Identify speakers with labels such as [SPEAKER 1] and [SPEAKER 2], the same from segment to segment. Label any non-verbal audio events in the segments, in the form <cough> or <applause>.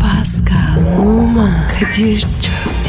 [SPEAKER 1] Pascal, Oman, Kadir çok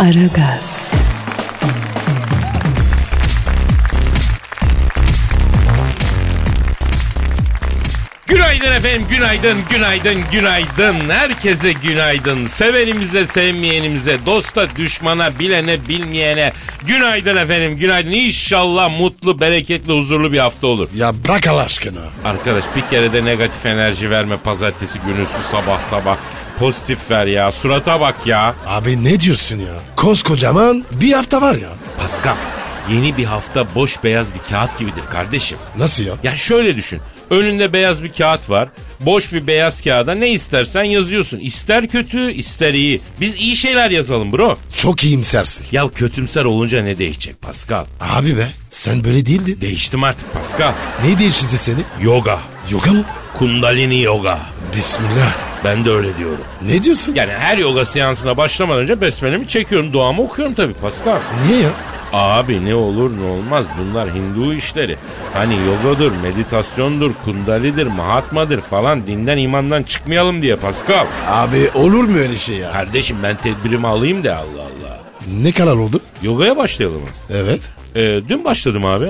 [SPEAKER 1] Aragaz,
[SPEAKER 2] Günaydın efendim, günaydın, günaydın, günaydın. Herkese günaydın. Sevenimize, sevmeyenimize, dosta, düşmana, bilene, bilmeyene. Günaydın efendim, günaydın. İnşallah mutlu, bereketli, huzurlu bir hafta olur.
[SPEAKER 3] Ya bırak Allah aşkına.
[SPEAKER 2] Arkadaş bir kere de negatif enerji verme pazartesi günüsü sabah sabah. Pozitif ver ya, surata bak ya.
[SPEAKER 3] Abi ne diyorsun ya? Koskocaman bir hafta var ya.
[SPEAKER 2] Paskal, yeni bir hafta boş beyaz bir kağıt gibidir kardeşim.
[SPEAKER 3] Nasıl ya?
[SPEAKER 2] Ya şöyle düşün. Önünde beyaz bir kağıt var. Boş bir beyaz kağıda ne istersen yazıyorsun. İster kötü, ister iyi. Biz iyi şeyler yazalım bro.
[SPEAKER 3] Çok iyimsersin.
[SPEAKER 2] Ya kötümser olunca ne değişecek Pascal?
[SPEAKER 3] Abi be sen böyle değildin.
[SPEAKER 2] Değiştim artık Pascal.
[SPEAKER 3] Ne değişti seni?
[SPEAKER 2] Yoga.
[SPEAKER 3] Yoga mı?
[SPEAKER 2] Kundalini yoga.
[SPEAKER 3] Bismillah.
[SPEAKER 2] Ben de öyle diyorum.
[SPEAKER 3] Ne diyorsun?
[SPEAKER 2] Yani her yoga seansına başlamadan önce besmelemi çekiyorum. Duamı okuyorum tabii Pascal.
[SPEAKER 3] Niye ya?
[SPEAKER 2] Abi ne olur ne olmaz bunlar Hindu işleri. Hani yogadır, meditasyondur, kundalidir, mahatmadır falan dinden imandan çıkmayalım diye Pascal.
[SPEAKER 3] Abi olur mu öyle şey ya?
[SPEAKER 2] Kardeşim ben tedbirimi alayım da Allah Allah.
[SPEAKER 3] Ne kadar oldu?
[SPEAKER 2] Yogaya başlayalım mı?
[SPEAKER 3] Evet.
[SPEAKER 2] Ee, dün başladım
[SPEAKER 3] <laughs>
[SPEAKER 2] abi.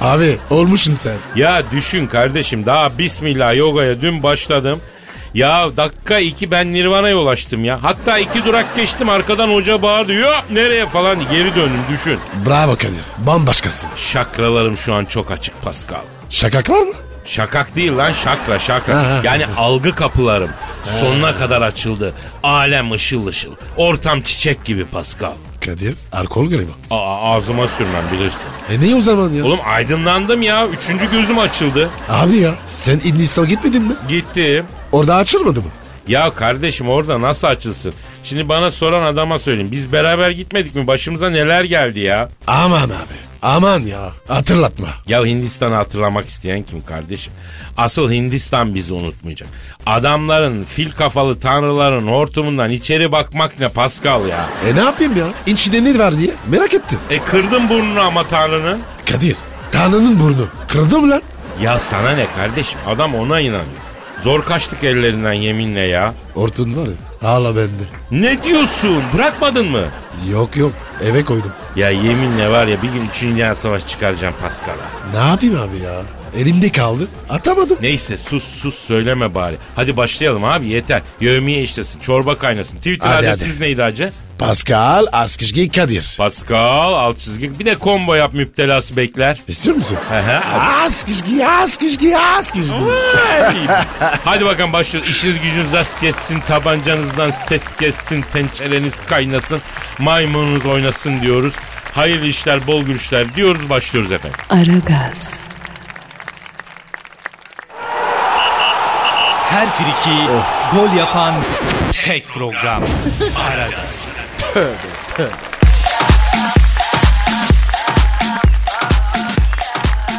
[SPEAKER 3] Abi olmuşsun sen.
[SPEAKER 2] ya düşün kardeşim daha bismillah yogaya dün başladım. Ya dakika iki ben Nirvana'ya ulaştım ya. Hatta iki durak geçtim arkadan hoca bağırdı. Yok nereye falan diye geri döndüm düşün.
[SPEAKER 3] Bravo Kadir. Bambaşkasın.
[SPEAKER 2] Şakralarım şu an çok açık Pascal.
[SPEAKER 3] Şakaklar mı?
[SPEAKER 2] Şakak değil lan şakra
[SPEAKER 3] Ha, ha,
[SPEAKER 2] şakra. Yani algı kapılarım sonuna kadar açıldı. Alem ışıl ışıl. Ortam çiçek gibi Pascal.
[SPEAKER 3] Kadir alkol galiba.
[SPEAKER 2] Aa, ağzıma sürmem bilirsin.
[SPEAKER 3] E ne o zaman ya?
[SPEAKER 2] Oğlum aydınlandım ya. Üçüncü gözüm açıldı.
[SPEAKER 3] Abi ya sen Hindistan'a gitmedin mi?
[SPEAKER 2] Gittim.
[SPEAKER 3] Orada açılmadı mı?
[SPEAKER 2] Ya kardeşim orada nasıl açılsın? Şimdi bana soran adama söyleyeyim. Biz beraber gitmedik mi? Başımıza neler geldi ya?
[SPEAKER 3] Aman abi. Aman ya. Hatırlatma.
[SPEAKER 2] Ya Hindistan'ı hatırlamak isteyen kim kardeşim? Asıl Hindistan bizi unutmayacak. Adamların, fil kafalı tanrıların hortumundan içeri bakmak ne Pascal ya?
[SPEAKER 3] E ne yapayım ya? İçinde ne var diye merak ettim.
[SPEAKER 2] E kırdın burnunu ama tanrının.
[SPEAKER 3] Kadir. Tanrı'nın burnu. Kırıldı mı lan?
[SPEAKER 2] Ya sana ne kardeşim? Adam ona inanıyor. Zor kaçtık ellerinden yeminle ya.
[SPEAKER 3] Ortun var ya. Hala bende.
[SPEAKER 2] Ne diyorsun? Bırakmadın mı?
[SPEAKER 3] Yok yok. Eve koydum.
[SPEAKER 2] Ya yeminle var ya bir gün 3. Dünya Savaşı çıkaracağım Paskal'a.
[SPEAKER 3] Ne yapayım abi ya? Elimde kaldı. Atamadım.
[SPEAKER 2] Neyse sus sus söyleme bari. Hadi başlayalım abi yeter. Yevmiye işlesin, çorba kaynasın. Twitter
[SPEAKER 3] Hadi,
[SPEAKER 2] adresimiz neydi hacı?
[SPEAKER 3] Pascal Askışgi Kadir.
[SPEAKER 2] Pascal alt çizgi. Bir de combo yap müptelası bekler.
[SPEAKER 3] İstiyor musun?
[SPEAKER 2] Ehe.
[SPEAKER 3] Askışgi, Askışgi, Askışgi.
[SPEAKER 2] Vay. Hadi bakalım başlıyoruz. İşiniz gücünüz rast kessin, tabancanızdan ses kessin, tençereniz kaynasın, maymununuz oynasın diyoruz. Hayırlı işler, bol gülüşler diyoruz, başlıyoruz efendim.
[SPEAKER 1] Aragaz,
[SPEAKER 4] Her friki gol yapan tek program.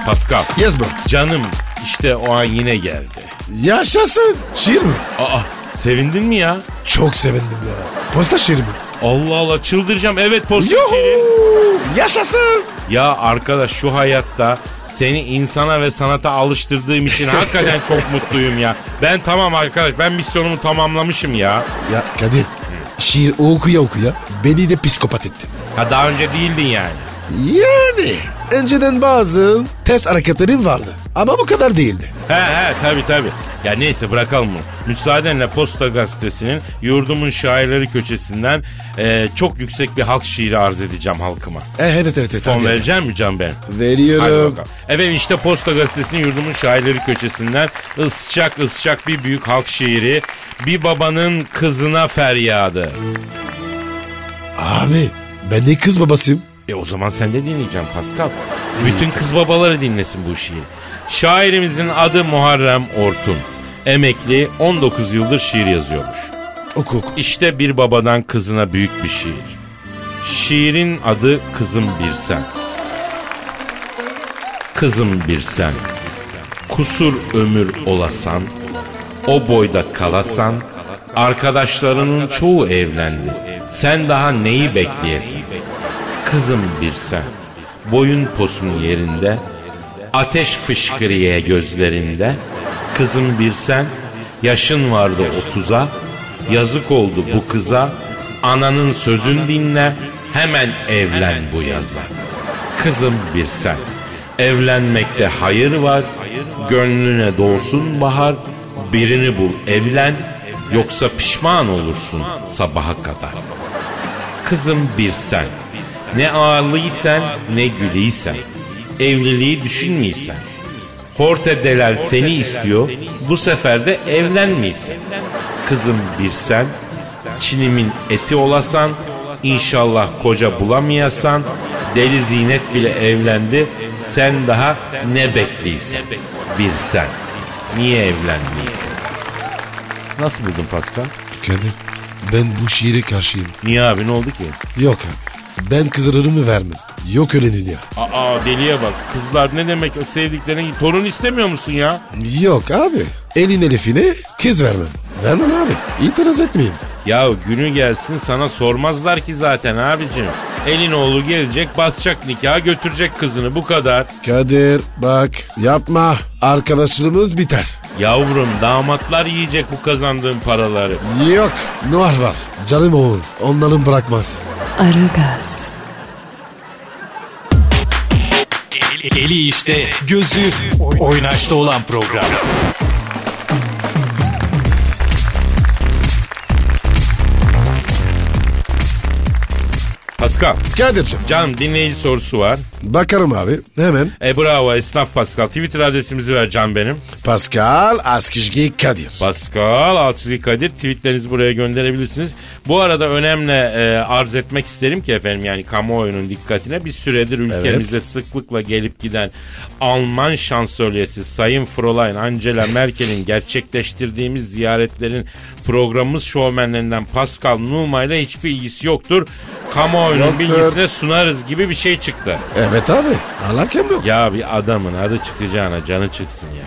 [SPEAKER 2] Pascal,
[SPEAKER 3] Yes bro.
[SPEAKER 2] canım işte o an yine geldi.
[SPEAKER 3] Yaşasın. Şiir mi?
[SPEAKER 2] Aa, sevindin mi ya?
[SPEAKER 3] Çok sevindim ya. Posta şiir mi?
[SPEAKER 2] Allah Allah çıldıracağım. Evet pozitif şiirin.
[SPEAKER 3] Yuhuu. Yaşasın.
[SPEAKER 2] Ya arkadaş şu hayatta seni insana ve sanata alıştırdığım için hakikaten çok mutluyum ya. Ben tamam arkadaş ben misyonumu tamamlamışım ya.
[SPEAKER 3] Ya Kadir şiir okuya okuya beni de psikopat etti.
[SPEAKER 2] Ha daha önce değildin yani.
[SPEAKER 3] Yani önceden bazı test hareketlerim vardı ama bu kadar değildi.
[SPEAKER 2] He he tabi tabi. Ya neyse bırakalım bunu. Müsaadenle Posta Gazetesi'nin yurdumun şairleri köşesinden e, çok yüksek bir halk şiiri arz edeceğim halkıma.
[SPEAKER 3] E, evet evet evet.
[SPEAKER 2] Son
[SPEAKER 3] hadi.
[SPEAKER 2] vereceğim mi Can ben? Hadi
[SPEAKER 3] Veriyorum.
[SPEAKER 2] bakalım. Efendim işte Posta Gazetesi'nin yurdumun şairleri köşesinden ısçak ısçak bir büyük halk şiiri. Bir babanın kızına feryadı.
[SPEAKER 3] Abi ben de kız babasıyım.
[SPEAKER 2] E o zaman sen de dinleyeceğim Pascal. Bütün kız babaları dinlesin bu şiiri. Şairimizin adı Muharrem Ortun. Emekli 19 yıldır şiir yazıyormuş.
[SPEAKER 3] Oku oku.
[SPEAKER 2] İşte bir babadan kızına büyük bir şiir. Şiirin adı Kızım Bir Sen. Kızım bir sen, kusur ömür olasan, o boyda kalasan, arkadaşlarının çoğu evlendi. Sen daha neyi bekleyesin? Kızım bir sen, boyun posun yerinde, ateş fışkırıya gözlerinde. Kızım bir sen, yaşın vardı otuza, yazık oldu bu kıza, ananın sözün dinle, hemen evlen bu yaza. Kızım bir sen, evlenmekte hayır var, gönlüne dolsun bahar, birini bul evlen, yoksa pişman olursun sabaha kadar. Kızım bir sen. Ne ağırlıysen ne gülüysen. Evliliği düşünmeysen. Hortedeler seni istiyor. Bu sefer de evlenmeysen. Kızım bir sen. Çinimin eti olasan. İnşallah koca bulamayasan. Deli Zinet bile evlendi. Sen daha ne bekliysen. Bir sen. Niye evlenmeysen? Nasıl buldun Pascal?
[SPEAKER 3] Kadir ben bu şiire karşıyım.
[SPEAKER 2] Niye abi ne oldu ki?
[SPEAKER 3] Yok abi. Ben kızlarımı vermem. Yok öyle dünya.
[SPEAKER 2] Aa deliye bak. Kızlar ne demek o sevdiklerine torun istemiyor musun ya?
[SPEAKER 3] Yok abi. Elin elifine kız vermem. Vermem abi. İtiraz etmeyeyim.
[SPEAKER 2] Ya günü gelsin sana sormazlar ki zaten abicim. Elin oğlu gelecek basacak nikah götürecek kızını bu kadar.
[SPEAKER 3] Kadir bak yapma. Arkadaşlığımız biter.
[SPEAKER 2] Yavrum damatlar yiyecek bu kazandığın paraları.
[SPEAKER 3] Yok. Noir var. Canım oğlum. Onların bırakmaz.
[SPEAKER 1] Aragaz,
[SPEAKER 4] Eli işte, gözü oynaşta olan program.
[SPEAKER 2] Pascal
[SPEAKER 3] Kadir'cim.
[SPEAKER 2] canım dinleyici sorusu var.
[SPEAKER 3] Bakarım abi. Hemen.
[SPEAKER 2] E bravo esnaf Pascal Twitter adresimizi ver can benim.
[SPEAKER 3] Pascal Askizgi Kadir.
[SPEAKER 2] Pascal Altçizgi Kadir tweetlerinizi buraya gönderebilirsiniz. Bu arada önemli e, arz etmek isterim ki efendim yani kamuoyunun dikkatine bir süredir ülkemizde sıklıkla gelip giden Alman şansölyesi Sayın Fräulein Angela Merkel'in gerçekleştirdiğimiz ziyaretlerin programımız şovmenlerinden Pascal Numa ile hiçbir ilgisi yoktur. Kamuoyunun
[SPEAKER 3] Yoktur.
[SPEAKER 2] bilgisine sunarız gibi bir şey çıktı.
[SPEAKER 3] Evet abi. Alakam yok.
[SPEAKER 2] Ya bir adamın adı çıkacağına canı çıksın ya.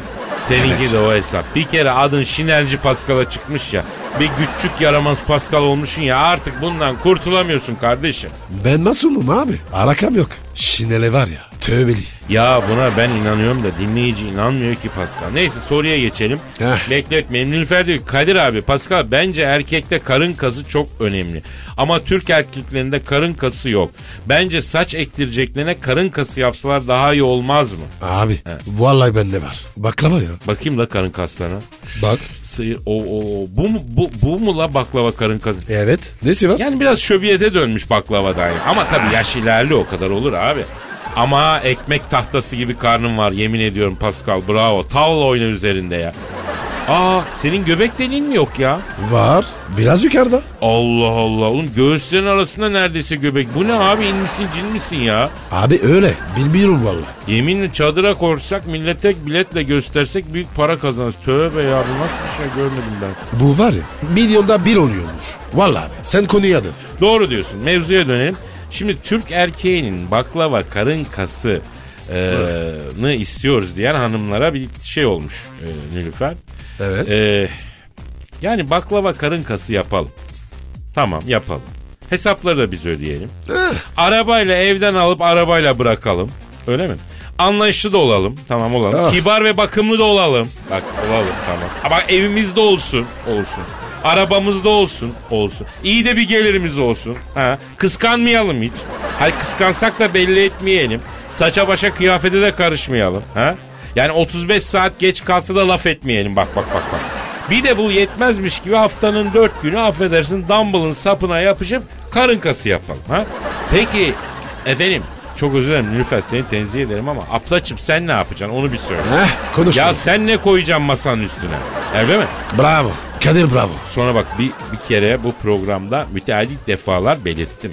[SPEAKER 2] Seninki de o hesap. Bir kere adın Şinerci Paskal'a çıkmış ya. Bir güççük yaramaz Paskal olmuşsun ya. Artık bundan kurtulamıyorsun kardeşim.
[SPEAKER 3] Ben masumum abi. Alakam yok. Şinele var ya. Tövbeli.
[SPEAKER 2] Ya buna ben inanıyorum da dinleyici inanmıyor ki Pascal. Neyse soruya geçelim.
[SPEAKER 3] Heh.
[SPEAKER 2] Bekletmeyelim. Nilüfer diyor ki, Kadir abi Pascal bence erkekte karın kası çok önemli. Ama Türk erkeklerinde karın kası yok. Bence saç ektireceklerine karın kası yapsalar daha iyi olmaz mı?
[SPEAKER 3] Abi. Vallahi bende var. Baklava ya.
[SPEAKER 2] Bakayım da karın kaslarına.
[SPEAKER 3] Bak.
[SPEAKER 2] Sıyır, o, o, o. Bu, mu, bu, bu mu la baklava karın kadın?
[SPEAKER 3] Evet. Nesi var?
[SPEAKER 2] Yani biraz şöbiyete dönmüş baklava dahi. Ama tabii yaş ilerli o kadar olur abi. Ama ekmek tahtası gibi karnım var yemin ediyorum Pascal bravo. Tavla oyna üzerinde ya. Aa senin göbek deliğin mi yok ya?
[SPEAKER 3] Var. Biraz yukarıda.
[SPEAKER 2] Allah Allah oğlum göğüslerin arasında neredeyse göbek. Bu ne abi in misin cin misin ya?
[SPEAKER 3] Abi öyle. Bilmiyorum valla.
[SPEAKER 2] Yeminle çadıra korsak millete biletle göstersek büyük para kazanırız. Tövbe ya bu nasıl bir şey görmedim ben.
[SPEAKER 3] Bu var ya. Milyonda bir oluyormuş. Vallahi abi. Sen konuyu adın.
[SPEAKER 2] Doğru diyorsun. Mevzuya dönelim. Şimdi Türk erkeğinin baklava karın kası e, nı istiyoruz diyen hanımlara bir şey olmuş e, Nilüfer.
[SPEAKER 3] Evet.
[SPEAKER 2] E, yani baklava karın kası yapalım. Tamam yapalım. Hesapları da biz ödeyelim. Arabayla evden alıp arabayla bırakalım. Öyle mi? Anlayışlı da olalım. Tamam olalım.
[SPEAKER 3] Ah.
[SPEAKER 2] Kibar ve bakımlı da olalım. Bak olalım tamam. Ama evimizde olsun. Olsun. Arabamızda olsun. Olsun. İyi de bir gelirimiz olsun. Ha. Kıskanmayalım hiç. Hayır kıskansak da belli etmeyelim. Saça başa kıyafete de karışmayalım. Ha. Yani 35 saat geç kalsa da laf etmeyelim. Bak bak bak bak. Bir de bu yetmezmiş gibi haftanın dört günü affedersin dumbbell'ın sapına yapışıp karın kası yapalım. Ha? Peki efendim çok özür dilerim Nilüfer seni tenzih ederim ama aplaçım sen ne yapacaksın onu bir söyle.
[SPEAKER 3] Heh, konuş.
[SPEAKER 2] Ya
[SPEAKER 3] konuş.
[SPEAKER 2] sen ne koyacaksın masanın üstüne? Öyle mi?
[SPEAKER 3] Bravo. Kadir bravo.
[SPEAKER 2] Sonra bak bir, bir kere bu programda müteahhit defalar belirttim.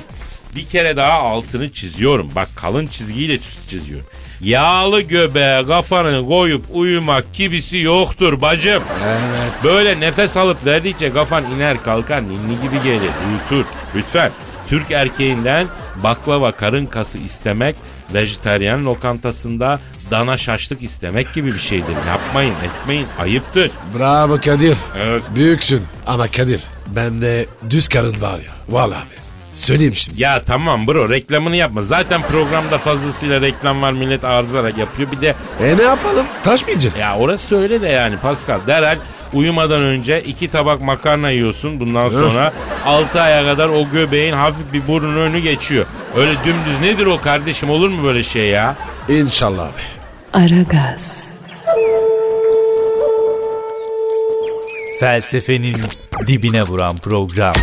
[SPEAKER 2] Bir kere daha altını çiziyorum. Bak kalın çizgiyle çiz- çiziyorum. Yağlı göbeğe kafanı koyup uyumak gibisi yoktur bacım.
[SPEAKER 3] Evet.
[SPEAKER 2] Böyle nefes alıp verdikçe kafan iner kalkar ninni gibi gelir uyutur. Lütfen Türk erkeğinden baklava karın kası istemek vejetaryen lokantasında dana şaşlık istemek gibi bir şeydir. Yapmayın etmeyin ayıptır.
[SPEAKER 3] Bravo Kadir.
[SPEAKER 2] Evet.
[SPEAKER 3] Büyüksün. Ama Kadir bende düz karın var ya. Vallahi abi. Söyleyeyim şimdi.
[SPEAKER 2] Ya tamam bro reklamını yapma. Zaten programda fazlasıyla reklam var millet arızarak yapıyor. Bir de
[SPEAKER 3] E ne yapalım? Taş mı yiyeceğiz?
[SPEAKER 2] Ya orası öyle de yani Pascal. Derhal uyumadan önce iki tabak makarna yiyorsun. Bundan sonra altı aya kadar o göbeğin hafif bir burnun önü geçiyor. Öyle dümdüz nedir o kardeşim olur mu böyle şey ya?
[SPEAKER 3] İnşallah abi.
[SPEAKER 1] Aragaz,
[SPEAKER 4] Felsefenin dibine vuran program.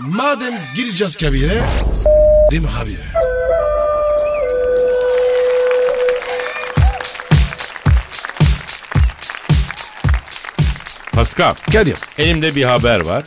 [SPEAKER 3] Madem gireceğiz kabire. S***im habire.
[SPEAKER 2] Pascal
[SPEAKER 3] Kadir.
[SPEAKER 2] elimde bir haber var.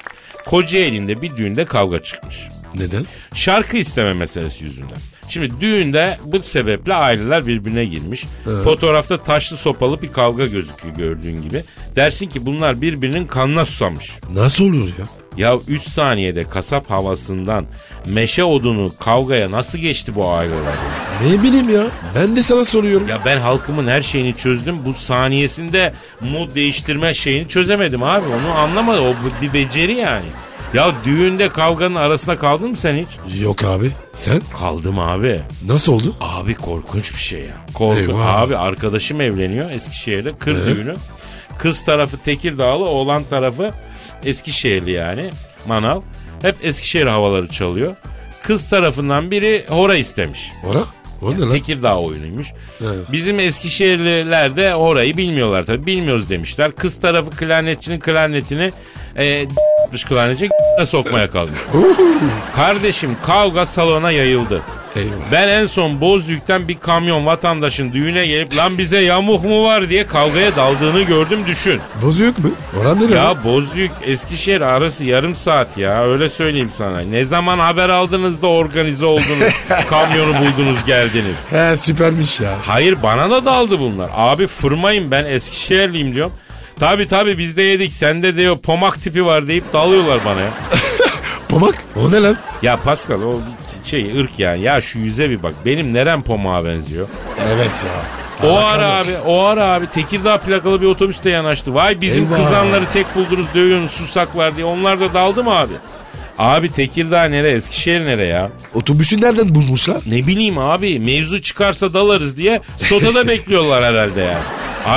[SPEAKER 2] Kocaeli'nde bir düğünde kavga çıkmış.
[SPEAKER 3] Neden?
[SPEAKER 2] Şarkı isteme meselesi yüzünden. Şimdi düğünde bu sebeple aileler birbirine girmiş. Fotoğrafta taşlı sopalı bir kavga gözüküyor gördüğün gibi. Dersin ki bunlar birbirinin kanına susamış.
[SPEAKER 3] Nasıl olur ya?
[SPEAKER 2] Ya 3 saniyede kasap havasından meşe odunu kavgaya nasıl geçti bu aileler?
[SPEAKER 3] Ne bileyim ya. Ben de sana soruyorum.
[SPEAKER 2] Ya ben halkımın her şeyini çözdüm. Bu saniyesinde mood değiştirme şeyini çözemedim abi. Onu anlamadım. O bir beceri yani. Ya düğünde kavganın arasında kaldın mı sen hiç?
[SPEAKER 3] Yok abi. Sen?
[SPEAKER 2] Kaldım abi.
[SPEAKER 3] Nasıl oldu?
[SPEAKER 2] Abi korkunç bir şey ya. Korkunç.
[SPEAKER 3] Eyvah.
[SPEAKER 2] Abi arkadaşım evleniyor Eskişehir'de kır düğünü. Kız tarafı Tekirdağlı, oğlan tarafı Eskişehirli yani. Manav. Hep Eskişehir havaları çalıyor. Kız tarafından biri hora istemiş.
[SPEAKER 3] Ora? O ne lan?
[SPEAKER 2] Tekirdağ oyunuymuş.
[SPEAKER 3] Evet.
[SPEAKER 2] Bizim Eskişehirliler de orayı bilmiyorlar tabii. Bilmiyoruz demişler. Kız tarafı klarnetçinin klarnetini e, klarnetçi sokmaya
[SPEAKER 3] <laughs>
[SPEAKER 2] kalmış. Kardeşim kavga salona yayıldı.
[SPEAKER 3] Eyvah.
[SPEAKER 2] Ben en son Bozüyük'ten bir kamyon vatandaşın düğüne gelip lan bize yamuk mu var diye kavgaya daldığını gördüm düşün.
[SPEAKER 3] Bozuyor mu? Oran ne lan?
[SPEAKER 2] Ya Bozüyük Eskişehir arası yarım saat ya öyle söyleyeyim sana. Ne zaman haber aldınız da
[SPEAKER 3] <laughs>
[SPEAKER 2] organize oldunuz kamyonu buldunuz geldiniz.
[SPEAKER 3] He süpermiş ya.
[SPEAKER 2] Hayır bana da daldı bunlar. Abi fırmayın ben Eskişehirliyim diyorum. Tabi tabi biz de yedik sende diyor pomak tipi var deyip dalıyorlar bana ya.
[SPEAKER 3] Pomak. O ne lan?
[SPEAKER 2] Ya Pascal o şey ırk yani ya şu yüze bir bak benim nerem pomağa benziyor.
[SPEAKER 3] Evet ya.
[SPEAKER 2] O
[SPEAKER 3] Alakalı
[SPEAKER 2] ara
[SPEAKER 3] yok.
[SPEAKER 2] abi, o ara abi Tekirdağ plakalı bir otobüste yanaştı. Vay bizim
[SPEAKER 3] Eyvah.
[SPEAKER 2] kızanları tek buldunuz dövüyorsunuz susaklar diye. Onlar da daldı mı abi? Abi Tekirdağ nere, Eskişehir nere ya?
[SPEAKER 3] Otobüsü nereden bulmuşlar?
[SPEAKER 2] Ne bileyim abi mevzu çıkarsa dalarız diye sotada bekliyorlar herhalde yani.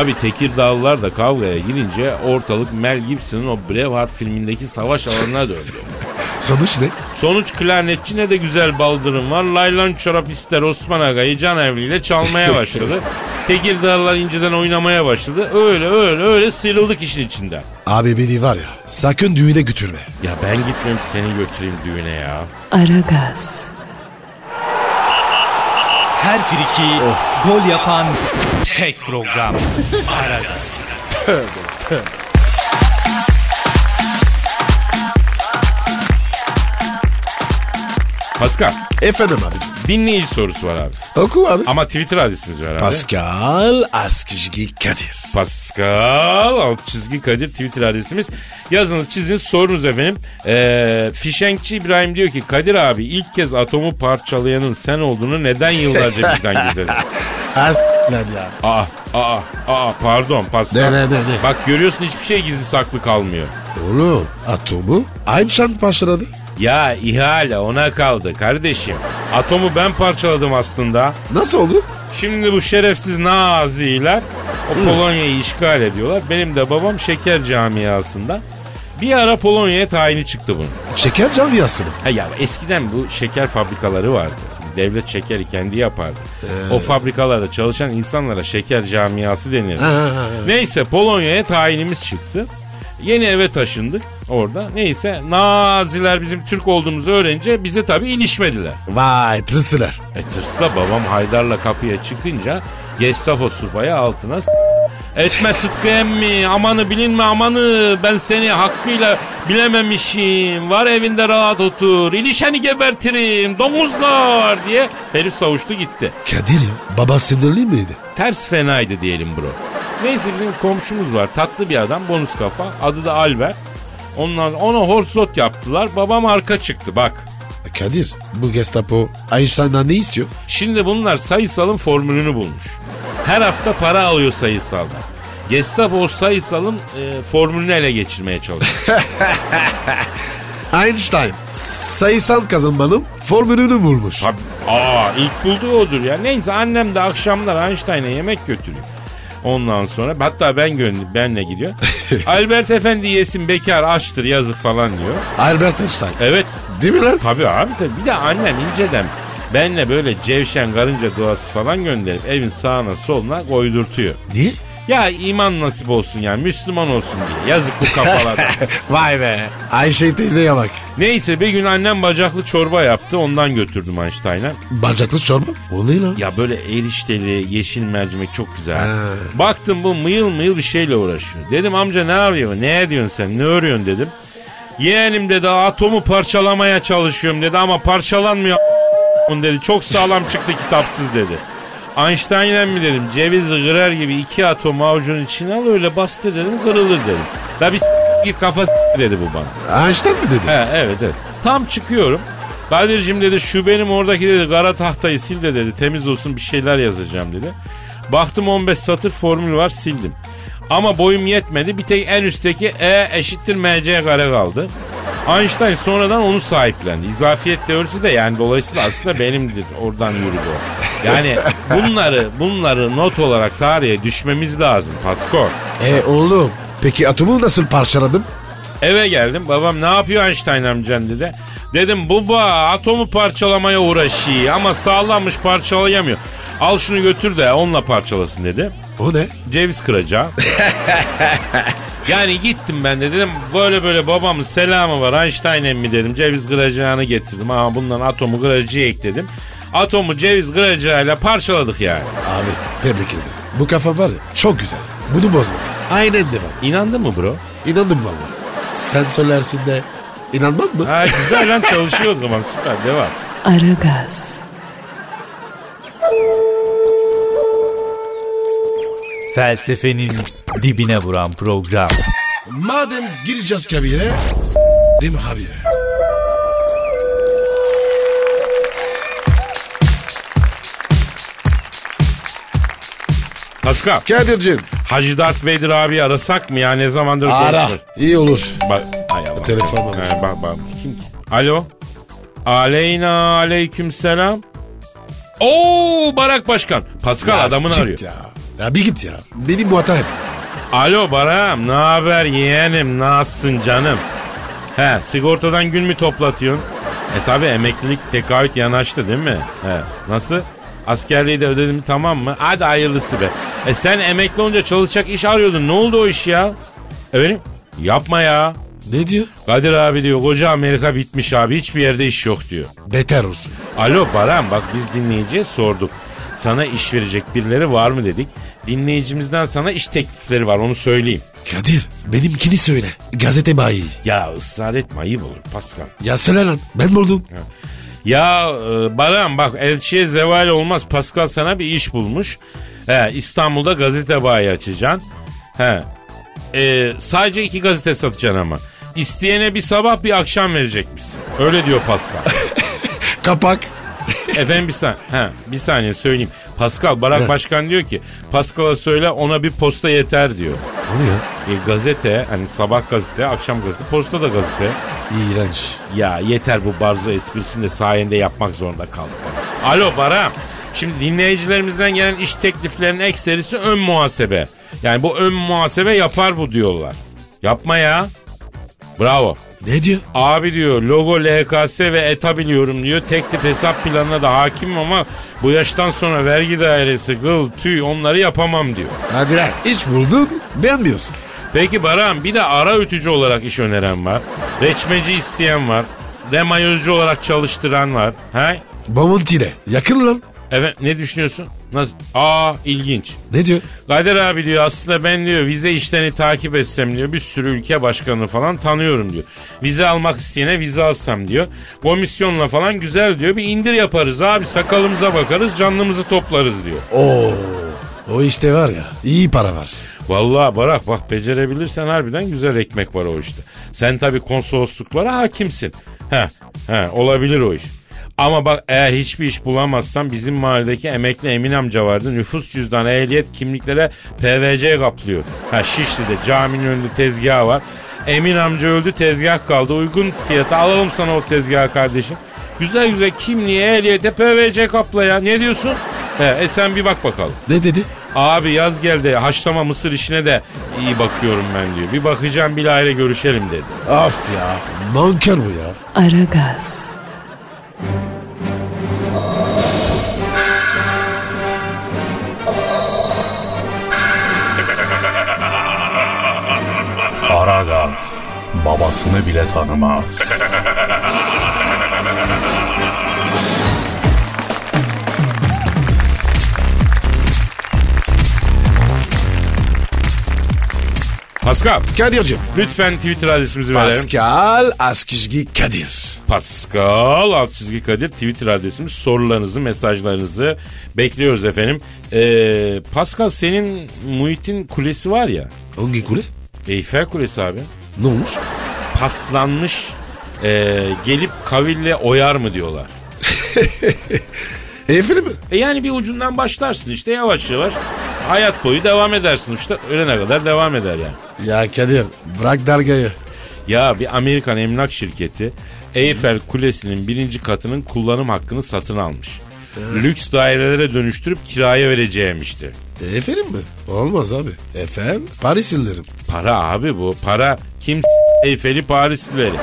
[SPEAKER 2] Abi Tekirdağlılar da kavgaya girince ortalık Mel Gibson'ın o Braveheart filmindeki savaş alanına döndü.
[SPEAKER 3] Sonuç ne?
[SPEAKER 2] Sonuç klarnetçi ne de güzel baldırım var. Laylan çorap ister Osman Aga'yı Can Evli ile çalmaya başladı. Tekirdağlılar inceden oynamaya başladı. Öyle öyle öyle sıyrıldık işin içinden.
[SPEAKER 3] Abi beni var ya sakın düğüne götürme.
[SPEAKER 2] Ya ben gitmiyorum ki seni götüreyim düğüne ya.
[SPEAKER 1] Aragaz,
[SPEAKER 4] Her friki gol yapan tek program. Aragaz.
[SPEAKER 2] Pascal
[SPEAKER 3] Efendim abi.
[SPEAKER 2] dinleyici sorusu var abi.
[SPEAKER 3] Oku abi.
[SPEAKER 2] Ama Twitter adresimiz var abi.
[SPEAKER 3] Pascal Askizgi Kadir.
[SPEAKER 2] Pascal alt çizgi Kadir Twitter adresimiz. Yazınız çiziniz sorunuz efendim. Ee, Fişenkçi İbrahim diyor ki Kadir abi ilk kez atomu parçalayanın sen olduğunu neden yıllarca bizden gizledin?
[SPEAKER 3] As lan ya.
[SPEAKER 2] Aa, aa, aa pardon Pascal.
[SPEAKER 3] Ne, ne, ne, ne?
[SPEAKER 2] Bak görüyorsun hiçbir şey gizli saklı kalmıyor.
[SPEAKER 3] Oğlum atomu Einstein parçaladı.
[SPEAKER 2] Ya ihale ona kaldı kardeşim. Atomu ben parçaladım aslında.
[SPEAKER 3] Nasıl oldu?
[SPEAKER 2] Şimdi bu şerefsiz naziler o Polonya'yı işgal ediyorlar. Benim de babam şeker camiasında. Bir ara Polonya'ya tayini çıktı bunun.
[SPEAKER 3] Şeker camiası mı?
[SPEAKER 2] Ha ya eskiden bu şeker fabrikaları vardı. Devlet şekeri kendi yapardı. O fabrikalarda çalışan insanlara şeker camiası denirdi. Neyse Polonya'ya tayinimiz çıktı. Yeni eve taşındık orada. Neyse Naziler bizim Türk olduğumuzu öğrenince bize tabii ilişmediler.
[SPEAKER 3] Vay tırsılar.
[SPEAKER 2] E tırsla babam Haydar'la kapıya çıkınca Gestapo subayı altına s- Etme Sıtkı emmi amanı bilinme amanı ben seni hakkıyla bilememişim. Var evinde rahat otur ilişeni gebertirim domuzlar diye herif savuştu gitti.
[SPEAKER 3] Kadir ya baba sinirli miydi?
[SPEAKER 2] Ters fenaydı diyelim bro. Neyse bizim komşumuz var tatlı bir adam bonus kafa adı da Albert. Onlar ona horsot yaptılar babam arka çıktı bak.
[SPEAKER 3] Kadir bu Gestapo Einstein'dan ne istiyor?
[SPEAKER 2] Şimdi bunlar sayısalın formülünü bulmuş. Her hafta para alıyor sayısaldan. Gestapo o sayısalın e, formülünü ele geçirmeye çalışıyor.
[SPEAKER 3] Einstein sayısal kazanmanın formülünü bulmuş.
[SPEAKER 2] Tabii. Aa ilk bulduğu odur ya. Neyse annem de akşamlar Einstein'a yemek götürüyor. Ondan sonra hatta ben gönlü benle gidiyor. Albert Efendi yesin bekar açtır yazık falan diyor.
[SPEAKER 3] Albert Einstein.
[SPEAKER 2] Evet
[SPEAKER 3] Değil mi lan?
[SPEAKER 2] Tabii abi tabii. Bir de annem inceden benle böyle cevşen karınca duası falan gönderip evin sağına soluna koydurtuyor.
[SPEAKER 3] Niye?
[SPEAKER 2] Ya iman nasip olsun yani Müslüman olsun diye. Yazık bu kafalara.
[SPEAKER 3] Vay be. Ayşe teyzeye bak.
[SPEAKER 2] Neyse bir gün annem bacaklı çorba yaptı ondan götürdüm Einstein'a.
[SPEAKER 3] Bacaklı çorba. O ne lan?
[SPEAKER 2] Ya böyle erişteli yeşil mercimek çok güzel.
[SPEAKER 3] Ha.
[SPEAKER 2] Baktım bu mıyıl mıyıl bir şeyle uğraşıyor. Dedim amca ne yapıyor ne ediyorsun sen ne örüyorsun dedim. Yeğenim dedi atomu parçalamaya çalışıyorum dedi ama parçalanmıyor a**ın dedi. Çok sağlam çıktı kitapsız dedi. Einstein'le mi dedim cevizi kırar gibi iki atom avucunun içine al öyle bastır dedim kırılır dedim. Da bir s- git kafa s- dedi bu bana.
[SPEAKER 3] Einstein mi dedi?
[SPEAKER 2] He evet evet. Tam çıkıyorum. Kadir'cim dedi şu benim oradaki dedi kara tahtayı sil de dedi temiz olsun bir şeyler yazacağım dedi. Baktım 15 satır formül var sildim. Ama boyum yetmedi bir tek en üstteki E eşittir MC kare kaldı. Einstein sonradan onu sahiplendi. İzafiyet teorisi de yani dolayısıyla aslında benimdir oradan yürüdü o. Yani bunları bunları not olarak tarihe düşmemiz lazım Pasko.
[SPEAKER 3] <laughs> E oğlum peki atomu nasıl parçaladım?
[SPEAKER 2] Eve geldim. Babam ne yapıyor Einstein amcan dedi. Dedim baba atomu parçalamaya uğraşıyor ama sağlammış parçalayamıyor. Al şunu götür de onunla parçalasın dedi.
[SPEAKER 3] O ne?
[SPEAKER 2] Ceviz kıracağı. yani gittim ben de dedim böyle böyle babamın selamı var Einstein emmi dedim. Ceviz kıracağını getirdim ama bundan atomu kıracağı ekledim. Atomu ceviz kıracağıyla parçaladık yani.
[SPEAKER 3] Abi tebrik ederim. Bu kafa var ya çok güzel. Bunu bozma. Aynen devam.
[SPEAKER 2] İnandın mı bro?
[SPEAKER 3] İnandım valla. Sen söylersin de inanmaz mı?
[SPEAKER 2] Ha, güzel lan çalışıyor o zaman süper devam.
[SPEAKER 1] Aragaz,
[SPEAKER 4] Felsefenin dibine vuran program.
[SPEAKER 3] Madem gireceğiz kabire s**rim abi.
[SPEAKER 2] Pascal.
[SPEAKER 3] Kadir'cim.
[SPEAKER 2] Hacı Dert Vader abi arasak mı ya ne zamandır
[SPEAKER 3] Ara.
[SPEAKER 2] konuşmuyoruz?
[SPEAKER 3] İyi olur.
[SPEAKER 2] Bak, ay Allah.
[SPEAKER 3] Telefon almış.
[SPEAKER 2] Ha, bak, bak. Kim ki? Alo. Aleyna aleyküm selam. Oo Barak Başkan. Pascal
[SPEAKER 3] Ya
[SPEAKER 2] adamını
[SPEAKER 3] git
[SPEAKER 2] arıyor.
[SPEAKER 3] Ya. ya bir git ya. Beni muhatap et.
[SPEAKER 2] Alo Barak'ım ne haber yeğenim nasılsın canım? He sigortadan gün mü toplatıyorsun? E tabi emeklilik tekaüt yanaştı değil mi? He nasıl? Askerliği de ödedim tamam mı? Hadi hayırlısı be. E sen emekli olunca çalışacak iş arıyordun. Ne oldu o iş ya? Efendim? Yapma ya.
[SPEAKER 3] Ne diyor?
[SPEAKER 2] Kadir abi diyor koca Amerika bitmiş abi hiçbir yerde iş yok diyor.
[SPEAKER 3] Beter olsun.
[SPEAKER 2] Alo Baran bak biz dinleyiciye sorduk. Sana iş verecek birileri var mı dedik. Dinleyicimizden sana iş teklifleri var onu söyleyeyim.
[SPEAKER 3] Kadir benimkini söyle. Gazete bayi.
[SPEAKER 2] Ya ısrar etme ayıp olur Pascal.
[SPEAKER 3] Ya söyle lan ben buldum.
[SPEAKER 2] Ya e, Baran bak elçiye zeval olmaz. Pascal sana bir iş bulmuş. He, İstanbul'da gazete bayi açacaksın. He. E, sadece iki gazete satacaksın ama. İsteyene bir sabah bir akşam verecekmişsin. Öyle diyor Pascal.
[SPEAKER 3] Kapak.
[SPEAKER 2] Efendim bir saniye, ha, bir saniye söyleyeyim. Pascal Barak
[SPEAKER 3] Evet.
[SPEAKER 2] Başkan diyor ki Pascal'a söyle ona bir posta yeter diyor.
[SPEAKER 3] O ne ya?
[SPEAKER 2] E, gazete hani sabah gazete akşam gazete posta da gazete.
[SPEAKER 3] İğrenç.
[SPEAKER 2] Ya yeter bu barzo esprisini de sayende yapmak zorunda kaldık. Alo Barak. Şimdi dinleyicilerimizden gelen iş tekliflerinin ekserisi ön muhasebe. Yani bu ön muhasebe yapar bu diyorlar. Yapma ya. Bravo.
[SPEAKER 3] Ne diyor?
[SPEAKER 2] Abi diyor logo LKS ve ETA biliyorum diyor. Tek tip hesap planına da hakimim ama bu yaştan sonra vergi dairesi, gıl, tüy onları yapamam diyor.
[SPEAKER 3] Hadi lan. Hiç buldun beğenmiyorsun.
[SPEAKER 2] Peki Baran bir de ara ötücü olarak iş öneren var. Reçmeci isteyen var. Remayözcü olarak çalıştıran var. He?
[SPEAKER 3] Bomonti'de yakın lan.
[SPEAKER 2] Evet ne düşünüyorsun? Nasıl? Aa ilginç.
[SPEAKER 3] Ne diyor?
[SPEAKER 2] Kadir abi diyor aslında ben diyor vize işlerini takip etsem diyor bir sürü ülke başkanını falan tanıyorum diyor. Vize almak isteyene vize alsam diyor. Komisyonla falan güzel diyor bir indir yaparız abi sakalımıza bakarız canlımızı toplarız diyor.
[SPEAKER 3] Oo. O işte var ya iyi para var.
[SPEAKER 2] Vallahi Barak bak becerebilirsen harbiden güzel ekmek var o işte. Sen tabii konsolosluklara hakimsin. He, he olabilir o iş. Ama bak eğer hiçbir iş bulamazsan bizim mahalledeki emekli Emin amca vardı. Nüfus cüzdanı, ehliyet, kimliklere PVC kaplıyor. Ha Şişli'de caminin önünde tezgahı var. Emin amca öldü tezgah kaldı. Uygun fiyata alalım sana o tezgahı kardeşim. Güzel güzel kimliğe, ehliyete PVC kapla ya. Ne diyorsun? He, e sen bir bak bakalım.
[SPEAKER 3] Ne dedi?
[SPEAKER 2] Abi yaz geldi haşlama mısır işine de iyi bakıyorum ben diyor. Bir bakacağım bir aile görüşelim dedi.
[SPEAKER 3] Af ya. Nankör bu ya.
[SPEAKER 1] Aragaz,
[SPEAKER 5] Aragaz babasını bile tanımaz.
[SPEAKER 2] Pascal
[SPEAKER 3] Kadir'cim.
[SPEAKER 2] lütfen Twitter adresimizi verelim.
[SPEAKER 3] Pascal Askizgi Kadir.
[SPEAKER 2] Pascal alt çizgi Kadir Twitter adresimiz sorularınızı mesajlarınızı bekliyoruz efendim. Ee, Pascal senin Muhit'in kulesi var ya
[SPEAKER 3] Hangi kule?
[SPEAKER 2] Eyfel Kulesi abi
[SPEAKER 3] Ne olmuş?
[SPEAKER 2] paslanmış ee, gelip kaville oyar mı diyorlar.
[SPEAKER 3] Efil mi?
[SPEAKER 2] E yani bir ucundan başlarsın işte yavaş yavaş hayat boyu devam edersin işte ölene kadar devam eder yani.
[SPEAKER 3] Ya Kadir bırak dargayı.
[SPEAKER 2] Ya bir Amerikan emlak şirketi Eyfel Kulesi'nin birinci katının kullanım hakkını satın almış. Lüks dairelere dönüştürüp kiraya vereceğimişti.
[SPEAKER 3] Efendim mi? Olmaz abi. Efendim Parisinlerin.
[SPEAKER 2] Para abi bu. Para kim s- Eyfel'i Parislileri.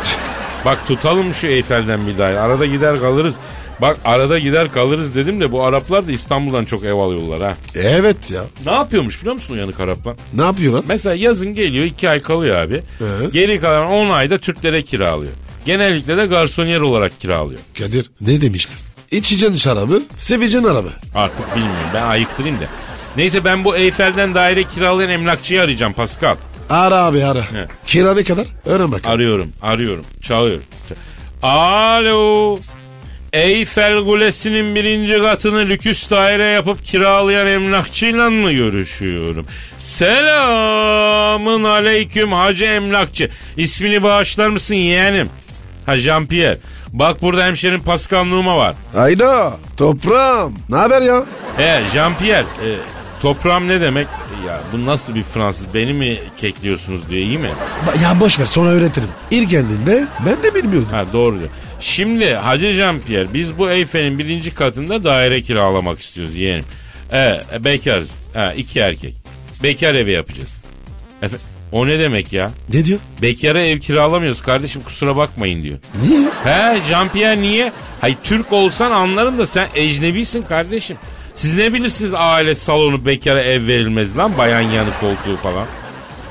[SPEAKER 2] Bak tutalım şu Eyfel'den bir daire. Arada gider kalırız. Bak arada gider kalırız dedim de bu Araplar da İstanbul'dan çok ev alıyorlar ha.
[SPEAKER 3] Evet ya.
[SPEAKER 2] Ne yapıyormuş biliyor musun uyanık Araplar?
[SPEAKER 3] Ne yapıyorlar?
[SPEAKER 2] Mesela yazın geliyor iki ay kalıyor abi.
[SPEAKER 3] Evet.
[SPEAKER 2] Geri kalan 10 ayda Türklere kiralıyor. Genellikle de garsoniyer olarak kiralıyor.
[SPEAKER 3] Kadir ne demişler? İçeceksin şarabı, seveceksin arabı.
[SPEAKER 2] Artık bilmiyorum ben ayıktırayım da. Neyse ben bu Eyfel'den daire kiralayan emlakçıyı arayacağım Pascal.
[SPEAKER 3] Ara abi ara.
[SPEAKER 2] He.
[SPEAKER 3] Kira ne kadar? Öğren bakalım.
[SPEAKER 2] Arıyorum, arıyorum, çalıyorum. Alo. Eyfel Kulesi'nin birinci katını lüküs daire yapıp kiralayan emlakçıyla mı görüşüyorum? Selamın aleyküm hacı emlakçı. İsmini bağışlar mısın yeğenim? Ha Jean-Pierre. Bak burada hemşerin paskanlığıma var.
[SPEAKER 3] Ayda toprağım. Ne haber ya?
[SPEAKER 2] He Jean-Pierre. e, toprağım ne demek? Ya bu nasıl bir Fransız? Beni mi kekliyorsunuz diye iyi mi?
[SPEAKER 3] Ba- ya boş ver sonra öğretirim. İlk geldiğinde ben de bilmiyordum.
[SPEAKER 2] Ha doğru diyor. Şimdi Hacı Jean-Pierre biz bu Eyfel'in birinci katında daire kiralamak istiyoruz yeğenim. E, e, bekarız. Ha, iki erkek. Bekar evi yapacağız. Efe, o ne demek ya?
[SPEAKER 3] Ne diyor?
[SPEAKER 2] Bekara ev kiralamıyoruz kardeşim kusura bakmayın diyor.
[SPEAKER 3] Niye?
[SPEAKER 2] He Jean-Pierre niye? Hay Türk olsan anlarım da sen ecnebisin kardeşim. Siz ne bilirsiniz aile salonu bekara ev verilmez lan bayan yanı koltuğu falan.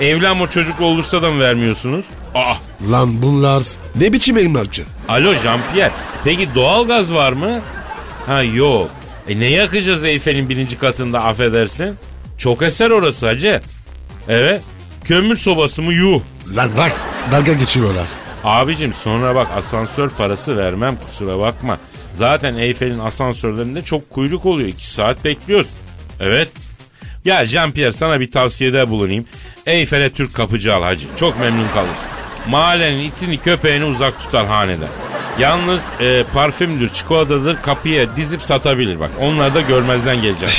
[SPEAKER 2] Evlenme çocuk olursa da mı vermiyorsunuz? Aa
[SPEAKER 3] Lan bunlar ne biçim emlakçı?
[SPEAKER 2] Alo Jean-Pierre. Peki doğalgaz var mı? Ha yok. E ne yakacağız Eyfel'in birinci katında affedersin? Çok eser orası hacı. Evet. Kömür sobası mı? Yuh.
[SPEAKER 3] Lan bak dalga geçiyorlar.
[SPEAKER 2] Abicim sonra bak asansör parası vermem kusura bakma. Zaten Eyfel'in asansörlerinde çok kuyruk oluyor. İki saat bekliyoruz. Evet. Ya Jean-Pierre sana bir tavsiyede bulunayım. Eyfel'e Türk kapıcı al hacı. Çok memnun kalırsın. Mahallenin itini köpeğini uzak tutar haneden. Yalnız e, parfümdür, çikolatadır kapıya dizip satabilir bak. Onlar da görmezden gelecek.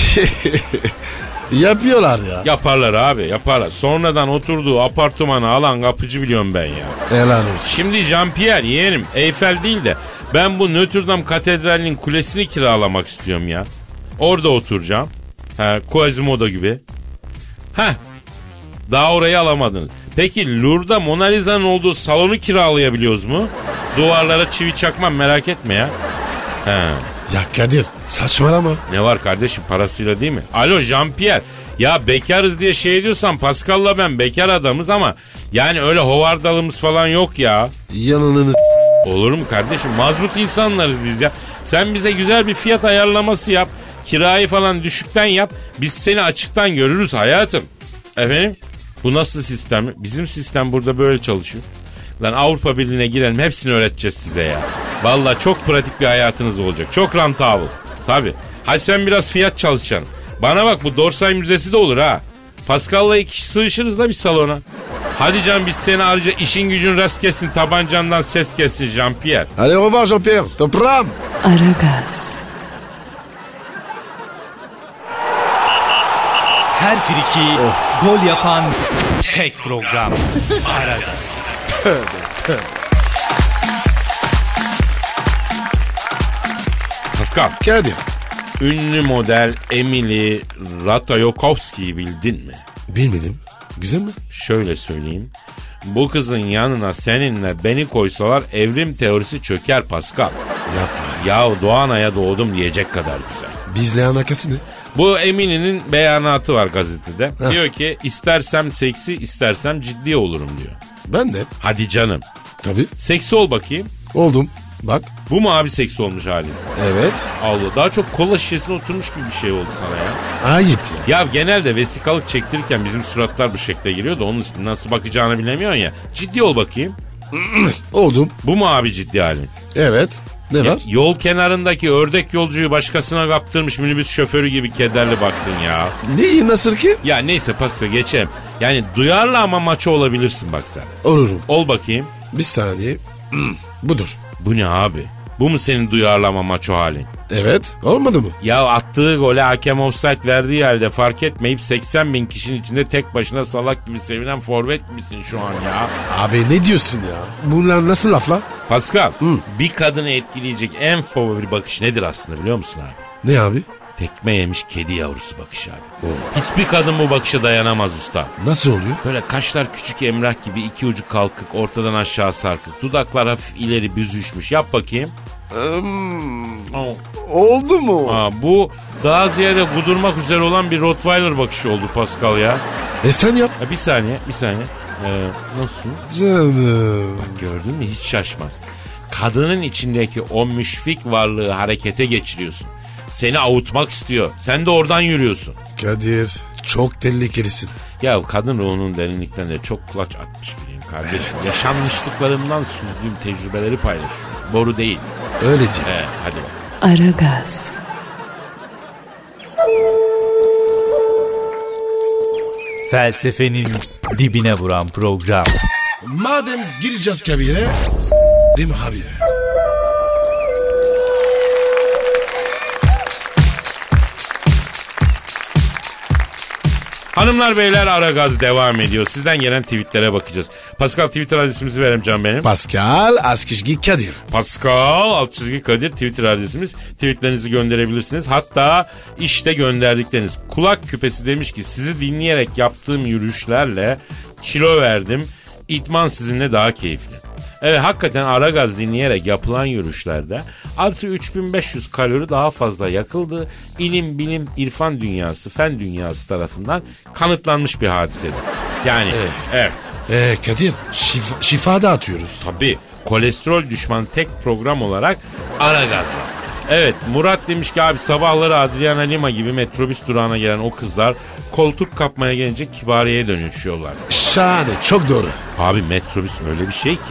[SPEAKER 3] Yapıyorlar ya.
[SPEAKER 2] yaparlar abi yaparlar. Sonradan oturduğu apartmanı alan kapıcı biliyorum ben ya.
[SPEAKER 3] Helal olsun.
[SPEAKER 2] Şimdi Jean-Pierre yeğenim Eyfel değil de ben bu Notre Dame Katedrali'nin kulesini kiralamak istiyorum ya. Orada oturacağım. Ha, Quasimodo gibi. Ha, daha orayı alamadınız. Peki Lourdes'da Mona Lisa'nın olduğu salonu kiralayabiliyoruz mu? Duvarlara çivi çakmam merak etme ya. Ha.
[SPEAKER 3] Ya Kadir saçmalama.
[SPEAKER 2] Ne var kardeşim parasıyla değil mi? Alo Jean-Pierre. Ya bekarız diye şey diyorsan Pascal'la ben bekar adamız ama yani öyle hovardalımız falan yok ya.
[SPEAKER 3] Yanını
[SPEAKER 2] Olur mu kardeşim? Mazbut insanlarız biz ya. Sen bize güzel bir fiyat ayarlaması yap. Kirayı falan düşükten yap. Biz seni açıktan görürüz hayatım. Efendim? Bu nasıl sistem? Bizim sistem burada böyle çalışıyor. Lan Avrupa Birliği'ne girelim hepsini öğreteceğiz size ya. Valla çok pratik bir hayatınız olacak. Çok rantavul. Tabi. Hadi sen biraz fiyat çalışacaksın. Bana bak bu Dorsay Müzesi de olur ha. Pascal'la iki kişi sığışırız da bir salona. Hadi can biz seni ayrıca işin gücün rast kessin tabancandan ses kessin Jean-Pierre.
[SPEAKER 3] Allez au revoir Jean-Pierre. Toprağım.
[SPEAKER 1] Aragaz,
[SPEAKER 4] Her friki gol yapan tek program. Aragaz.
[SPEAKER 2] Pascal
[SPEAKER 3] Kadir.
[SPEAKER 2] ünlü model Emily Ratajkowski'yi bildin mi?
[SPEAKER 3] Bilmedim. Güzel mi?
[SPEAKER 2] Şöyle söyleyeyim. Bu kızın yanına seninle beni koysalar evrim teorisi çöker Pascal.
[SPEAKER 3] Yapma.
[SPEAKER 2] Ya Doğanay'a doğdum diyecek kadar güzel.
[SPEAKER 3] Bizle alakası ne?
[SPEAKER 2] Bu Emine'nin beyanatı var gazetede. Diyor ki istersem seksi istersem ciddi olurum diyor.
[SPEAKER 3] Ben de.
[SPEAKER 2] Hadi canım.
[SPEAKER 3] Tabii.
[SPEAKER 2] Seksi ol bakayım.
[SPEAKER 3] Oldum. Bak.
[SPEAKER 2] Bu mu abi seksi olmuş halin?
[SPEAKER 3] Evet.
[SPEAKER 2] Allah daha çok kola şişesine oturmuş gibi bir şey oldu sana ya.
[SPEAKER 3] Ayıp ya.
[SPEAKER 2] Ya genelde vesikalık çektirirken bizim suratlar bu şekle giriyor da onun için nasıl bakacağını bilemiyorsun ya. Ciddi ol bakayım.
[SPEAKER 3] Oldum.
[SPEAKER 2] Bu mu abi ciddi halin?
[SPEAKER 3] Evet. Ne
[SPEAKER 2] Ya
[SPEAKER 3] var?
[SPEAKER 2] yol kenarındaki ördek yolcuyu başkasına kaptırmış minibüs şoförü gibi kederli baktın ya.
[SPEAKER 3] Neyi nasıl ki?
[SPEAKER 2] Ya neyse Pascal geçelim. Yani duyarlı ama maçı olabilirsin bak sen.
[SPEAKER 3] Olurum.
[SPEAKER 2] Ol bakayım.
[SPEAKER 3] Bir saniye. Hmm, Budur.
[SPEAKER 2] Bu ne abi? Bu mu senin duyarlı ama maço halin?
[SPEAKER 3] Evet. Olmadı mı?
[SPEAKER 2] Ya attığı gole hakem offside verdiği halde fark etmeyip 80 bin kişinin içinde tek başına salak gibi sevinen forvet misin şu an ya?
[SPEAKER 3] Abi ne diyorsun ya? Bunlar nasıl lafla?
[SPEAKER 2] Pascal bir kadını etkileyecek en favori bakış nedir aslında biliyor musun abi?
[SPEAKER 3] Ne abi?
[SPEAKER 2] Tekme yemiş kedi yavrusu bakışı abi. Hiçbir kadın bu bakışa dayanamaz usta.
[SPEAKER 3] Nasıl oluyor?
[SPEAKER 2] Böyle kaşlar küçük emrak gibi iki ucu kalkık ortadan aşağı sarkık. Dudaklar hafif ileri büzüşmüş. Yap bakayım. Aa,
[SPEAKER 3] Oldu mu?
[SPEAKER 2] Aa, bu daha ziyade kudurmak üzere olan bir Rottweiler bakışı oldu Pascal ya.
[SPEAKER 3] E sen yap.
[SPEAKER 2] Ha, bir saniye bir saniye. Ee, nasıl?
[SPEAKER 3] Canım.
[SPEAKER 2] Gördün mü hiç şaşmaz. Kadının içindeki o müşfik varlığı harekete geçiriyorsun. Seni avutmak istiyor. Sen de oradan yürüyorsun.
[SPEAKER 3] Kadir çok tehlikelisin.
[SPEAKER 2] Ya kadın ruhunun derinliklerine çok kulaç atmış biriyim kardeşim. Yaşanmışlıklarımdan sürdüğüm tecrübeleri paylaşıyorum. Boru değil.
[SPEAKER 3] Öyle değil.
[SPEAKER 2] He, hadi bak.
[SPEAKER 1] Aragaz,
[SPEAKER 4] Felsefenin dibine vuran program.
[SPEAKER 3] Madem gireceğiz kabire s**rim abi.
[SPEAKER 2] Hanımlar beyler ara gaz devam ediyor. Sizden gelen tweetlere bakacağız. Pascal Twitter adresimizi verelim can benim.
[SPEAKER 3] Pascal Askizgi Kadir.
[SPEAKER 2] Pascal alt çizgi Kadir Twitter adresimiz. Tweetlerinizi gönderebilirsiniz. Hatta işte gönderdikleriniz. Kulak küpesi demiş ki sizi dinleyerek yaptığım yürüyüşlerle kilo verdim. İtman sizinle daha keyifli. Evet hakikaten ara gaz dinleyerek yapılan yürüyüşlerde artı 3500 kalori daha fazla yakıldı. İlim, bilim, irfan dünyası, fen dünyası tarafından kanıtlanmış bir hadisedir. Yani evet.
[SPEAKER 3] Ee Kadir şif- şifa da atıyoruz.
[SPEAKER 2] Tabii. Kolesterol düşman tek program olarak ara gaz var. Evet Murat demiş ki abi sabahları Adriana Lima gibi metrobüs durağına gelen o kızlar koltuk kapmaya gelince kibariyeye dönüşüyorlar.
[SPEAKER 3] Şahane çok doğru.
[SPEAKER 2] Abi metrobüs öyle bir şey ki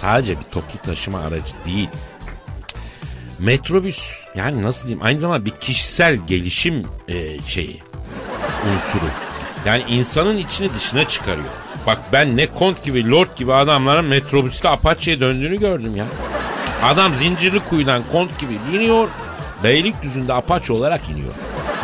[SPEAKER 2] sadece bir toplu taşıma aracı değil. Metrobüs yani nasıl diyeyim aynı zamanda bir kişisel gelişim e, şeyi unsuru. Yani insanın içini dışına çıkarıyor. Bak ben ne kont gibi lord gibi adamların metrobüste Apache'ye döndüğünü gördüm ya. Adam zincirli kuyudan kont gibi iniyor. Beylikdüzü'nde Apache olarak iniyor.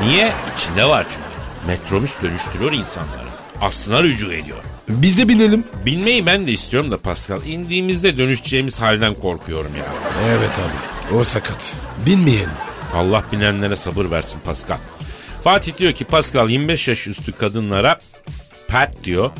[SPEAKER 2] Niye? İçinde var çünkü. Metrobüs dönüştürüyor insanları. Aslına rücu ediyor.
[SPEAKER 3] Biz de binelim.
[SPEAKER 2] Binmeyi ben de istiyorum da Pascal. İndiğimizde dönüşeceğimiz halden korkuyorum ya.
[SPEAKER 3] Evet abi o sakat. Binmeyelim.
[SPEAKER 2] Allah bilenlere sabır versin Pascal. Fatih diyor ki Pascal 25 yaş üstü kadınlara pert diyor.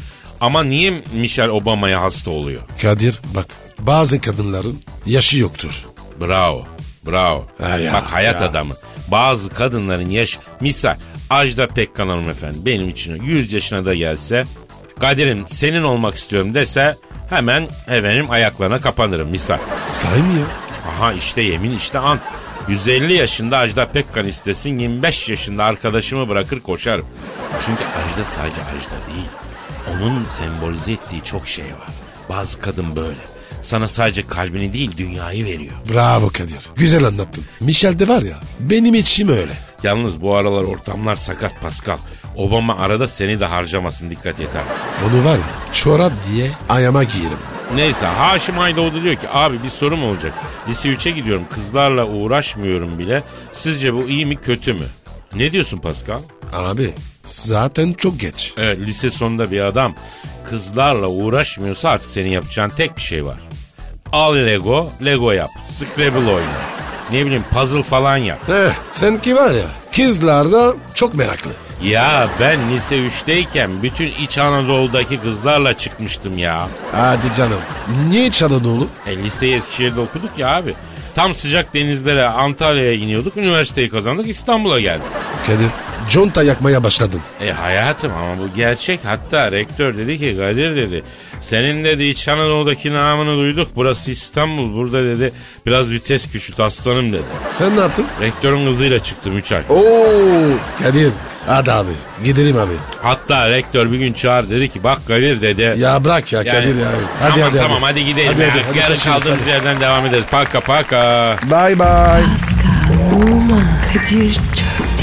[SPEAKER 2] Ama niye Michelle Obama'ya hasta oluyor?
[SPEAKER 3] Kadir bak bazı kadınların yaşı yoktur.
[SPEAKER 2] Bravo. Bravo.
[SPEAKER 3] Ha ya,
[SPEAKER 2] Bak hayat
[SPEAKER 3] ya.
[SPEAKER 2] adamı. Bazı kadınların yaş... Misal Ajda Pekkan hanımefendi benim için 100 yaşına da gelse... Kadir'im senin olmak istiyorum dese hemen efendim ayaklarına kapanırım misal.
[SPEAKER 3] Saymıyor.
[SPEAKER 2] Aha işte yemin işte an. 150 yaşında Ajda Pekkan istesin 25 yaşında arkadaşımı bırakır koşarım. Çünkü Ajda sadece Ajda değil. Onun sembolize ettiği çok şey var. Bazı kadın böyle. Sana sadece kalbini değil dünyayı veriyor.
[SPEAKER 3] Bravo Kadir. Güzel anlattın. Michel de var ya benim içim öyle.
[SPEAKER 2] Yalnız bu aralar ortamlar sakat Pascal. Obama arada seni de harcamasın dikkat yeter.
[SPEAKER 3] Onu var ya çorap diye ayama giyerim.
[SPEAKER 2] Neyse Haşim Aydoğdu diyor ki abi bir sorum olacak. Lise 3'e gidiyorum kızlarla uğraşmıyorum bile. Sizce bu iyi mi kötü mü? Ne diyorsun Pascal?
[SPEAKER 3] Abi zaten çok geç.
[SPEAKER 2] Evet lise sonunda bir adam kızlarla uğraşmıyorsa artık senin yapacağın tek bir şey var. Al Lego, Lego yap. Scrabble oyna. Ne bileyim puzzle falan yap.
[SPEAKER 3] Eh, senki var ya kızlarda çok meraklı.
[SPEAKER 2] Ya ben lise 3'teyken bütün İç Anadolu'daki kızlarla çıkmıştım ya.
[SPEAKER 3] Hadi canım. Niye İç Anadolu?
[SPEAKER 2] E, liseyi Eskişehir'de okuduk ya abi. Tam sıcak denizlere Antalya'ya iniyorduk. Üniversiteyi kazandık İstanbul'a geldik.
[SPEAKER 3] Kadir conta yakmaya başladın.
[SPEAKER 2] E hayatım ama bu gerçek. Hatta rektör dedi ki Kadir dedi. Senin dedi İç Anadolu'daki namını duyduk. Burası İstanbul. Burada dedi biraz vites küçült aslanım dedi.
[SPEAKER 3] Sen ne yaptın?
[SPEAKER 2] Rektörün kızıyla çıktım 3 ay.
[SPEAKER 3] Oo Kadir hadi abi gidelim abi.
[SPEAKER 2] Hatta rektör bir gün çağır dedi ki bak Kadir dedi.
[SPEAKER 3] Ya bırak ya Kadir ya. Hadi
[SPEAKER 2] tamam
[SPEAKER 3] hadi hadi.
[SPEAKER 2] tamam hadi gidelim.
[SPEAKER 3] Hadi,
[SPEAKER 2] ya.
[SPEAKER 3] hadi, hadi,
[SPEAKER 2] Yarın
[SPEAKER 3] kaçıyoruz,
[SPEAKER 2] kaldığımız
[SPEAKER 3] hadi.
[SPEAKER 2] yerden devam ederiz. Paka paka.
[SPEAKER 3] Bye bye.
[SPEAKER 1] Pascal, Oman, Kadir çok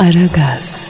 [SPEAKER 1] Aragaz.